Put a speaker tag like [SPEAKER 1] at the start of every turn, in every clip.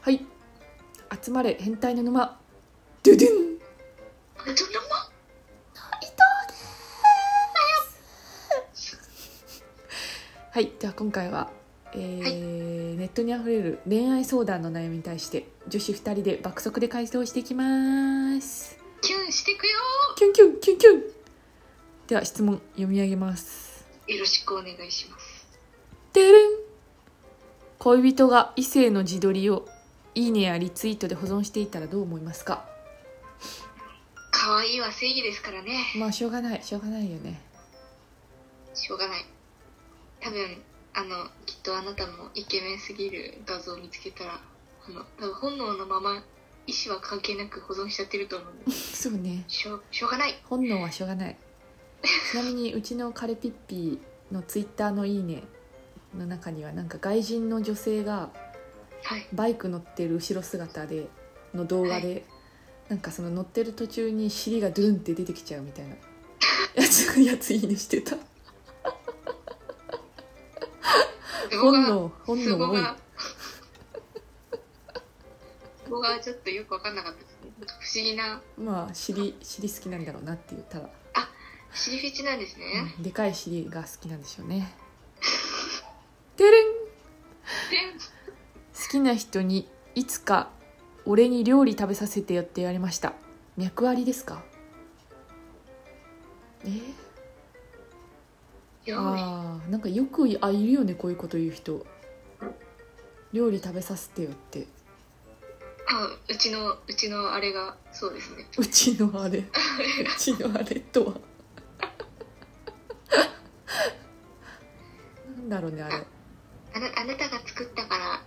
[SPEAKER 1] はい集まれ変態の沼ドゥドゥン
[SPEAKER 2] あれちょっとま
[SPEAKER 1] はいでは今回は、えーネットにあふれる恋愛相談の悩みに対して女子2人で爆速で回答していきます
[SPEAKER 2] キュンしてくよ
[SPEAKER 1] キュンキュンキュンキュンでは質問読み上げます
[SPEAKER 2] よろしくお願いします
[SPEAKER 1] てれん恋人が異性の自撮りをいいねやリツイートで保存していたらどう思いますか
[SPEAKER 2] 可愛いは正義ですからね
[SPEAKER 1] まあしょうがないしょうがないよね
[SPEAKER 2] しょうがない多分あのきっとあなたもイケメンすぎる画像を見つけたらあの多分本能のまま意思は関係なく保存しちゃってると思うんで
[SPEAKER 1] そうね
[SPEAKER 2] しょうしょうがない
[SPEAKER 1] 本能はしょうがないちなみにうちのカレピッピのツイッターの「いいね」の中にはなんか外人の女性が
[SPEAKER 2] はい
[SPEAKER 1] バイク乗ってる後ろ姿での動画で、なんかその乗ってる途中に尻がドゥンって出てきちゃうみたいなやつやついいねしてた
[SPEAKER 2] そこ
[SPEAKER 1] 本
[SPEAKER 2] が
[SPEAKER 1] 能本
[SPEAKER 2] そ
[SPEAKER 1] 能
[SPEAKER 2] こ
[SPEAKER 1] 多い
[SPEAKER 2] がそこがちょっとよく分かんなかったですねなんか不思議な
[SPEAKER 1] まあ尻尻好きなんだろうなっていうただ、
[SPEAKER 2] 尻フェチなんですね、
[SPEAKER 1] うんでかい尻が好きなんでしょうねてれん
[SPEAKER 2] で
[SPEAKER 1] 好きな人にいつか俺に料理食べさせてよって言われました脈ありですかえー、
[SPEAKER 2] やばい
[SPEAKER 1] あーなんかよくいあいるよねこういうこと言う人料理食べさせてよって
[SPEAKER 2] あうちのうちのあれがそうですね
[SPEAKER 1] うちのあれうちのあれとは なんだろうねあれ
[SPEAKER 2] あなあなたが作ったから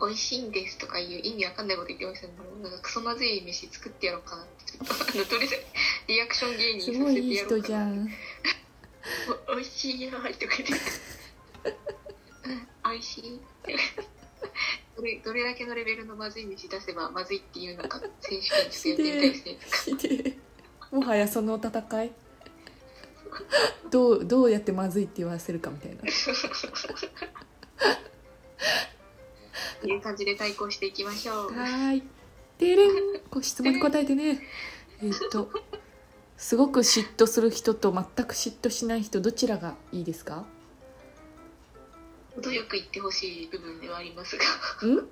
[SPEAKER 2] 美味しいんですとかいう意味わかんないこと言ってましたねなんかクソまずい飯作ってやろうかなってちょっとあのとりあえずリアクション芸
[SPEAKER 1] す
[SPEAKER 2] 人
[SPEAKER 1] ご
[SPEAKER 2] させ
[SPEAKER 1] い
[SPEAKER 2] て
[SPEAKER 1] いい
[SPEAKER 2] やろ
[SPEAKER 1] 人
[SPEAKER 2] うか
[SPEAKER 1] じ
[SPEAKER 2] な
[SPEAKER 1] ゃん
[SPEAKER 2] お美味しいよーとか言ってうん美味しい どれどれだけのレベルのまずい飯出せばまずいっていうのか選手権ちょっとやってみたいで すね
[SPEAKER 1] ひでえもはやその戦いどうどうやってまずいって言わせるかみたいな
[SPEAKER 2] という感じで対抗していきましょう
[SPEAKER 1] はーい。でれん、こう質問に答えてね。えっと、すごく嫉妬する人と全く嫉妬しない人、どちらがいいですか。
[SPEAKER 2] 程よく言ってほしい部分ではありますが
[SPEAKER 1] うん。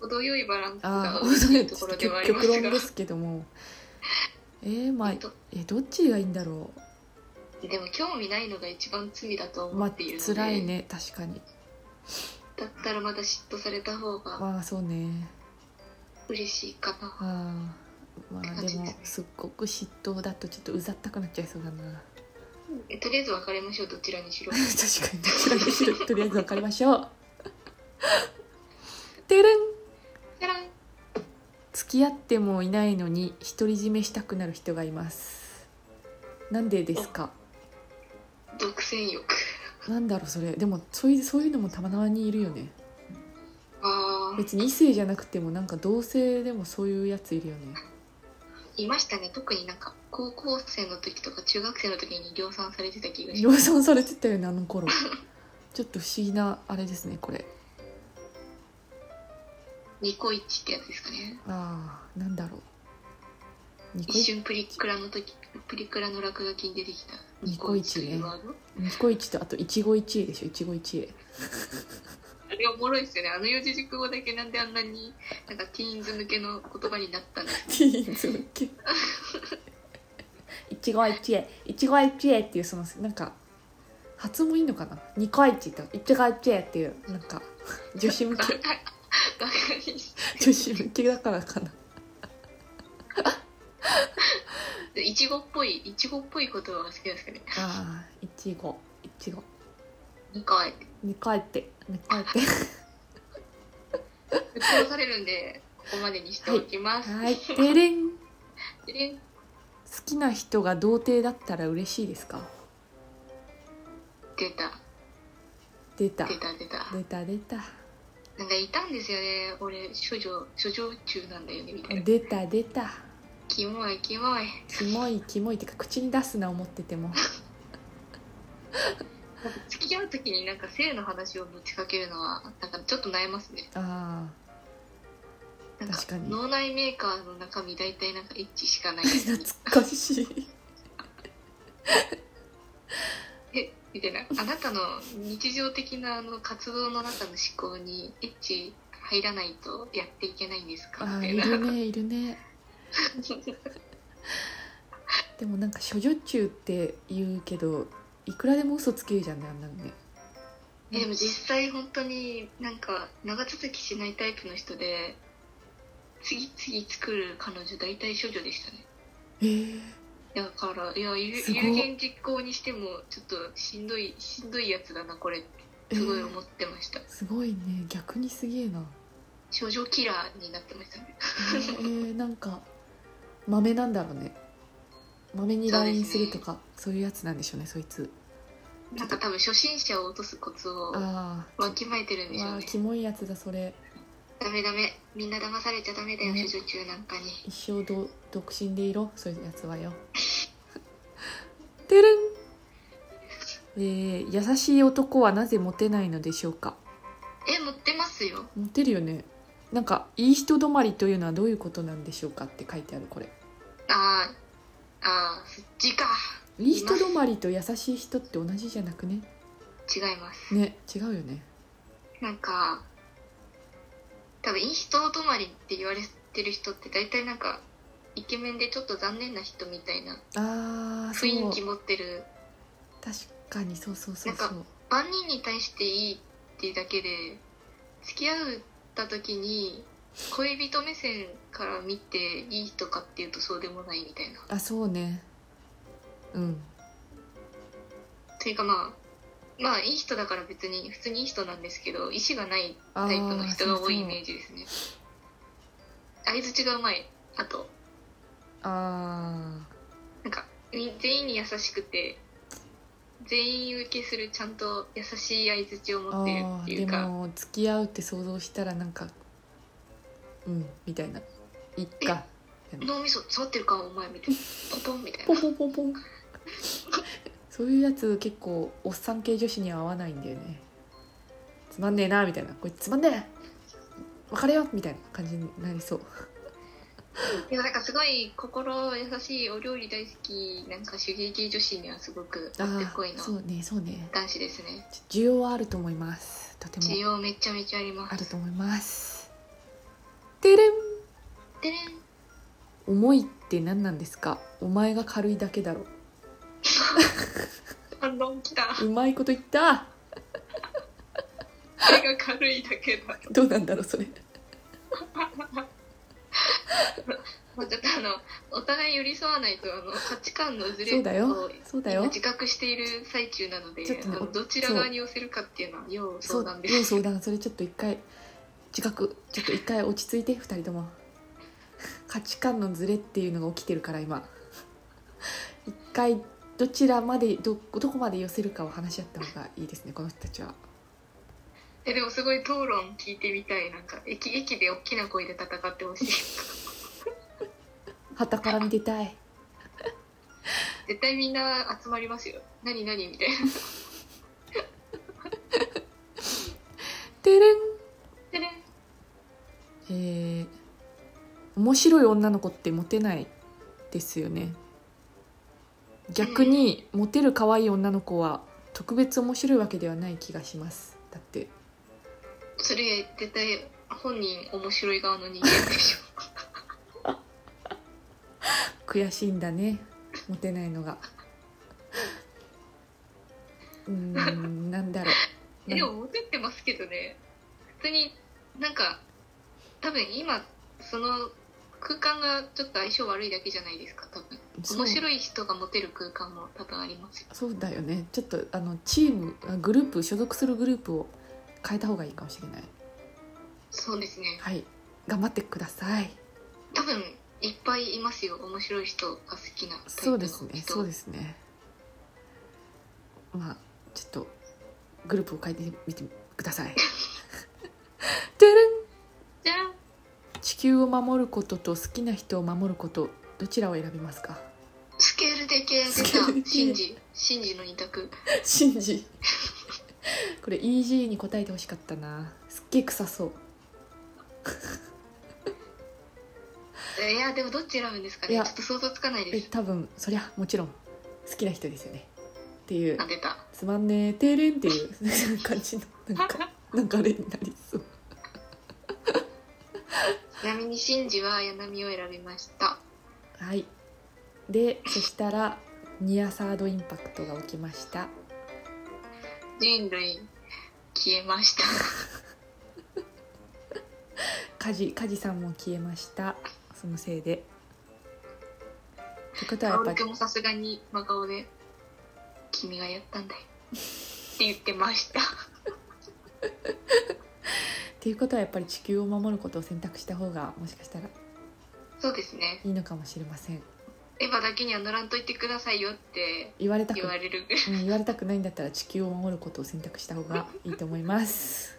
[SPEAKER 2] 程よいバランス
[SPEAKER 1] あ
[SPEAKER 2] が
[SPEAKER 1] あ、
[SPEAKER 2] 美味しいところではありま
[SPEAKER 1] 極
[SPEAKER 2] す
[SPEAKER 1] 論
[SPEAKER 2] が
[SPEAKER 1] ですけども。 えー、まあ、
[SPEAKER 2] え
[SPEAKER 1] え
[SPEAKER 2] っと
[SPEAKER 1] どっちがいいんだろ
[SPEAKER 2] でも興味ないのが一番罪だと
[SPEAKER 1] う。ま
[SPEAKER 2] 思
[SPEAKER 1] あ
[SPEAKER 2] っている、ので、
[SPEAKER 1] 辛いね、確かに。
[SPEAKER 2] だったらまだ嫉妬された方が
[SPEAKER 1] まあ、そうね。
[SPEAKER 2] 嬉しいかな
[SPEAKER 1] ああ、まあ、
[SPEAKER 2] 感
[SPEAKER 1] で
[SPEAKER 2] じです
[SPEAKER 1] も
[SPEAKER 2] ね、
[SPEAKER 1] すっごく嫉妬だと、ちょっとうざったくなっちゃいそうだな。
[SPEAKER 2] えとりあえず別れましょうどちらにしろ
[SPEAKER 1] 確 かにどちらにしろとりあえず分かりましょう。てれん。
[SPEAKER 2] じゃらん
[SPEAKER 1] 付き合ってもいないのに独り占めしたくなる人がいますなんでですか
[SPEAKER 2] 独占欲
[SPEAKER 1] なんだろうそれでもそういうそういうのもたまにいるよね
[SPEAKER 2] ああ
[SPEAKER 1] 別に異性じゃなくてもなんか同性でもそういうやついるよね
[SPEAKER 2] いましたね特になんか高校生の時とか中学生の時に量産されてた気がし
[SPEAKER 1] 量産されてたよねあの頃ちょっと不思議なあれですねこれ
[SPEAKER 2] ニコイチってやつですかね
[SPEAKER 1] あーなんだろうニコ
[SPEAKER 2] 一
[SPEAKER 1] イ
[SPEAKER 2] 瞬プリクラの時プリクラの落書きに出てきた
[SPEAKER 1] ニコイチね
[SPEAKER 2] ニコイというワード
[SPEAKER 1] ニコイチとあと一期一会でしょ一期一
[SPEAKER 2] あれおもろいですよね。あの四字熟語だけなんであんなに、なんかティーンズ向けの言葉になったんです
[SPEAKER 1] 会ティーンズ向け一期一会一期一会っていうそのなんか発音もいいのかな二回一と一回一会っていうなんか女子向
[SPEAKER 2] か。
[SPEAKER 1] け
[SPEAKER 2] バカにし
[SPEAKER 1] 女 子向けだからかな
[SPEAKER 2] て。いちごっぽい、いちごっぽい言葉が好きですかね。
[SPEAKER 1] ああいちごいちご
[SPEAKER 2] なんか、
[SPEAKER 1] 二回って二回って
[SPEAKER 2] 殺されるんで、ここまでにしておきます。
[SPEAKER 1] はいてれん好
[SPEAKER 2] で
[SPEAKER 1] きな人が童貞だったら嬉しいですか
[SPEAKER 2] 出た、
[SPEAKER 1] 出た
[SPEAKER 2] 出た、出た。
[SPEAKER 1] 出た出た
[SPEAKER 2] なんかいたんですよね。俺、処女、処女中なんだよね、みたいな。
[SPEAKER 1] 出た出た
[SPEAKER 2] キモい、キモい。
[SPEAKER 1] キモいキモいってか口に出すな思ってても
[SPEAKER 2] 付き合う時になんか性の話を持ちかけるのは、なんかちょっと悩ますね。
[SPEAKER 1] ああ
[SPEAKER 2] なんか
[SPEAKER 1] 確かに
[SPEAKER 2] 脳内メーカーの中身大体なんか一致しかな い
[SPEAKER 1] 懐かしい
[SPEAKER 2] えみたいなあなたの日常的なあの活動の中の思考にエッチ入らないとやっていけないんですか
[SPEAKER 1] あ
[SPEAKER 2] み
[SPEAKER 1] ー
[SPEAKER 2] たい
[SPEAKER 1] い
[SPEAKER 2] な
[SPEAKER 1] るねいるねでもなんか処女中って言うけどいくらでも嘘つけるじゃんねあんなのね
[SPEAKER 2] えでも実際本当になんか長続きしないタイプの人で次々作る彼女大体処女でしたね
[SPEAKER 1] えー、
[SPEAKER 2] だからいや有
[SPEAKER 1] すごい
[SPEAKER 2] 有言実行にしてもちょっとしんどいしんどいやつだなこれってすごい思って ました、
[SPEAKER 1] すごいね逆にすげえな
[SPEAKER 2] 少女キラーになってましたね
[SPEAKER 1] えーえーなんか豆なんだろうね豆に LINE するとかそう,、いうやつなんでしょうねそいつ
[SPEAKER 2] なんか多分初心者を落とすコツを
[SPEAKER 1] ああ
[SPEAKER 2] わきまえてるんでしょう
[SPEAKER 1] わあ
[SPEAKER 2] ね
[SPEAKER 1] キモいやつだそれ
[SPEAKER 2] ダメダメみんな騙されちゃダメだよ
[SPEAKER 1] ね
[SPEAKER 2] 処女中なんかに
[SPEAKER 1] 一生ど独身でいろそういうやつはよ てるんえー、優しい男はなぜモテないのでしょうか
[SPEAKER 2] え持ってますよ
[SPEAKER 1] モテるよねなんかいい人止まりというのはどういうことなんでしょうかって書いてあるこれ
[SPEAKER 2] あーあーそっちか
[SPEAKER 1] いい人止まりと優しい人って同じじゃなくね
[SPEAKER 2] 違います
[SPEAKER 1] ね違うよね
[SPEAKER 2] なんか多分いい人止まりって言われてる人って大体なんかイケメンでちょっと残念な人みたいな
[SPEAKER 1] ああそ
[SPEAKER 2] 雰囲
[SPEAKER 1] う
[SPEAKER 2] 気持ってる
[SPEAKER 1] 確かにそうそうそうそう
[SPEAKER 2] 万人に対していいっていうだけで付き合った時に恋人目線から見ていい人かっていうとそうでもないみたいな
[SPEAKER 1] あそうねうん
[SPEAKER 2] というかまあまあいい人だから別に普通にいい人なんですけど意思がない
[SPEAKER 1] あ
[SPEAKER 2] タイプの
[SPEAKER 1] ー
[SPEAKER 2] 人が多いイメージですね相づちがうまいあと
[SPEAKER 1] あ
[SPEAKER 2] なんかみ全員に優しくて全員受けするちゃんと優しい相づちを
[SPEAKER 1] ー
[SPEAKER 2] 持
[SPEAKER 1] あ
[SPEAKER 2] ってるってい
[SPEAKER 1] ー
[SPEAKER 2] う
[SPEAKER 1] で
[SPEAKER 2] か
[SPEAKER 1] も付き合うって想像したらなんかうんみたいないっか
[SPEAKER 2] 脳みそ触ってるかお前みたいなポポンみたい
[SPEAKER 1] ポ
[SPEAKER 2] な
[SPEAKER 1] ンポンポンポン そういうやつ結構おっさん系女子には合わないんだよねつまんねえなみたいなこれつまんねえ別れようみたいな感じになりそう
[SPEAKER 2] でもなんかすごい心優しいお料理大好きなんか手芸系女子にはすごく
[SPEAKER 1] あ
[SPEAKER 2] もってこい
[SPEAKER 1] あ
[SPEAKER 2] の
[SPEAKER 1] そうねそうね
[SPEAKER 2] 男子ですね
[SPEAKER 1] 需要はあると思いますとても
[SPEAKER 2] 需要めちゃめちゃありま
[SPEAKER 1] ある
[SPEAKER 2] す
[SPEAKER 1] と思いますてれん
[SPEAKER 2] でね
[SPEAKER 1] 思いって何なんですかお前が軽いだけだろ
[SPEAKER 2] 反論きた
[SPEAKER 1] うまいこと言った
[SPEAKER 2] 手が軽いだけだ
[SPEAKER 1] どうなんだろうそれ
[SPEAKER 2] もうちょっとあのお互い寄り添わないとあの価値観のずれ
[SPEAKER 1] そうだよ
[SPEAKER 2] を
[SPEAKER 1] そうだ
[SPEAKER 2] 今
[SPEAKER 1] よ
[SPEAKER 2] 自覚している最中なので、
[SPEAKER 1] ちょっとね
[SPEAKER 2] あのどちら側に寄せるかっていうのは要
[SPEAKER 1] そ
[SPEAKER 2] 相
[SPEAKER 1] う
[SPEAKER 2] 談で
[SPEAKER 1] 要
[SPEAKER 2] す
[SPEAKER 1] 相談それちょっと一回自覚ちょっと一回落ち着いて二人とも価値観のズレっていうのが起きてるから今一回どちらまでどどこまで寄せるかを話し合った方がいいですねこの人たちは
[SPEAKER 2] えでもすごい討論聞いてみたいなんか駅駅で大きな声で戦ってほしい
[SPEAKER 1] はたから見てたい
[SPEAKER 2] 絶対みんな集まりますよ何何みたいな
[SPEAKER 1] てれん
[SPEAKER 2] でね
[SPEAKER 1] えー面白い女の子ってモテないですよね逆にモテる可愛い女の子は特別面白いわけではない気がしますだって
[SPEAKER 2] それ絶対本人面白い側の人間でしょ
[SPEAKER 1] 悔しいんだねモテないのがうーんなんだろ う
[SPEAKER 2] えで
[SPEAKER 1] な
[SPEAKER 2] も
[SPEAKER 1] ん
[SPEAKER 2] モテってますけどね普通になんか多分今その空間がちょっと相性悪いだけじゃないですか多分
[SPEAKER 1] そう
[SPEAKER 2] 面白い人がモテる空間も多分ありますよ
[SPEAKER 1] そうだよねちょっとあのチームあグループ所属するグループを変えた方がいいかもしれない
[SPEAKER 2] そうですね
[SPEAKER 1] はい頑張ってください
[SPEAKER 2] 多分いっぱいいますよ面白い人が好きなタイプ
[SPEAKER 1] そ
[SPEAKER 2] の人
[SPEAKER 1] うですねそうですねまあちょっとグループを変えてみてくだ さいてれん
[SPEAKER 2] じゃあ
[SPEAKER 1] 地球を守ることと好きな人を守ることどちらを選びますか
[SPEAKER 2] スケールで系出
[SPEAKER 1] スケールで
[SPEAKER 2] た
[SPEAKER 1] 系
[SPEAKER 2] シンジシンジの二択
[SPEAKER 1] シンジこれ EG に答えてほしかったなすっげえ臭そう
[SPEAKER 2] いやでもどっち選ぶんですかね
[SPEAKER 1] い
[SPEAKER 2] ちょ
[SPEAKER 1] や
[SPEAKER 2] っと想像つかないで
[SPEAKER 1] え
[SPEAKER 2] す
[SPEAKER 1] 多分そりゃもちろん好きな人ですよねっていう
[SPEAKER 2] あ出た
[SPEAKER 1] 「つまんねえてれん」っていう感じのなんかなんかあれになりそう
[SPEAKER 2] ちなみにシンジは綾波を選びました
[SPEAKER 1] はいでそしたらニアサードインパクトが起きました
[SPEAKER 2] 人類消えました
[SPEAKER 1] 梶梶さんも消えましたそのせいでってことはやっぱり
[SPEAKER 2] 薫君もさすがに真顔で「君がやったんだよ」って言ってました
[SPEAKER 1] っていうことはやっぱり地球を守ることを選択した方がもしかしたら
[SPEAKER 2] そうですね
[SPEAKER 1] いいのかもしれません
[SPEAKER 2] エヴァだけには乗らんといてくださいよって
[SPEAKER 1] 言われたく
[SPEAKER 2] 言われるぐらい
[SPEAKER 1] うん、言われたくないんだったら地球を守ることを選択した方がいいと思います。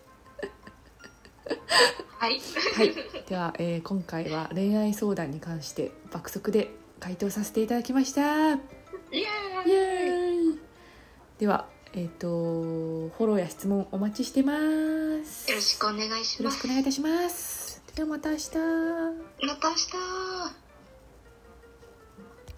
[SPEAKER 2] はい
[SPEAKER 1] はい、では、えー今回は恋愛相談に関して爆速で回答させていただきました。イ
[SPEAKER 2] イエ
[SPEAKER 1] エ
[SPEAKER 2] ー
[SPEAKER 1] ー
[SPEAKER 2] イ
[SPEAKER 1] イでは、えっ、とフォローや質問お待ちしてます。
[SPEAKER 2] よろしくお願いし
[SPEAKER 1] よ
[SPEAKER 2] ま
[SPEAKER 1] ろしく
[SPEAKER 2] す
[SPEAKER 1] お願いいたします。ではまた明日。
[SPEAKER 2] また明日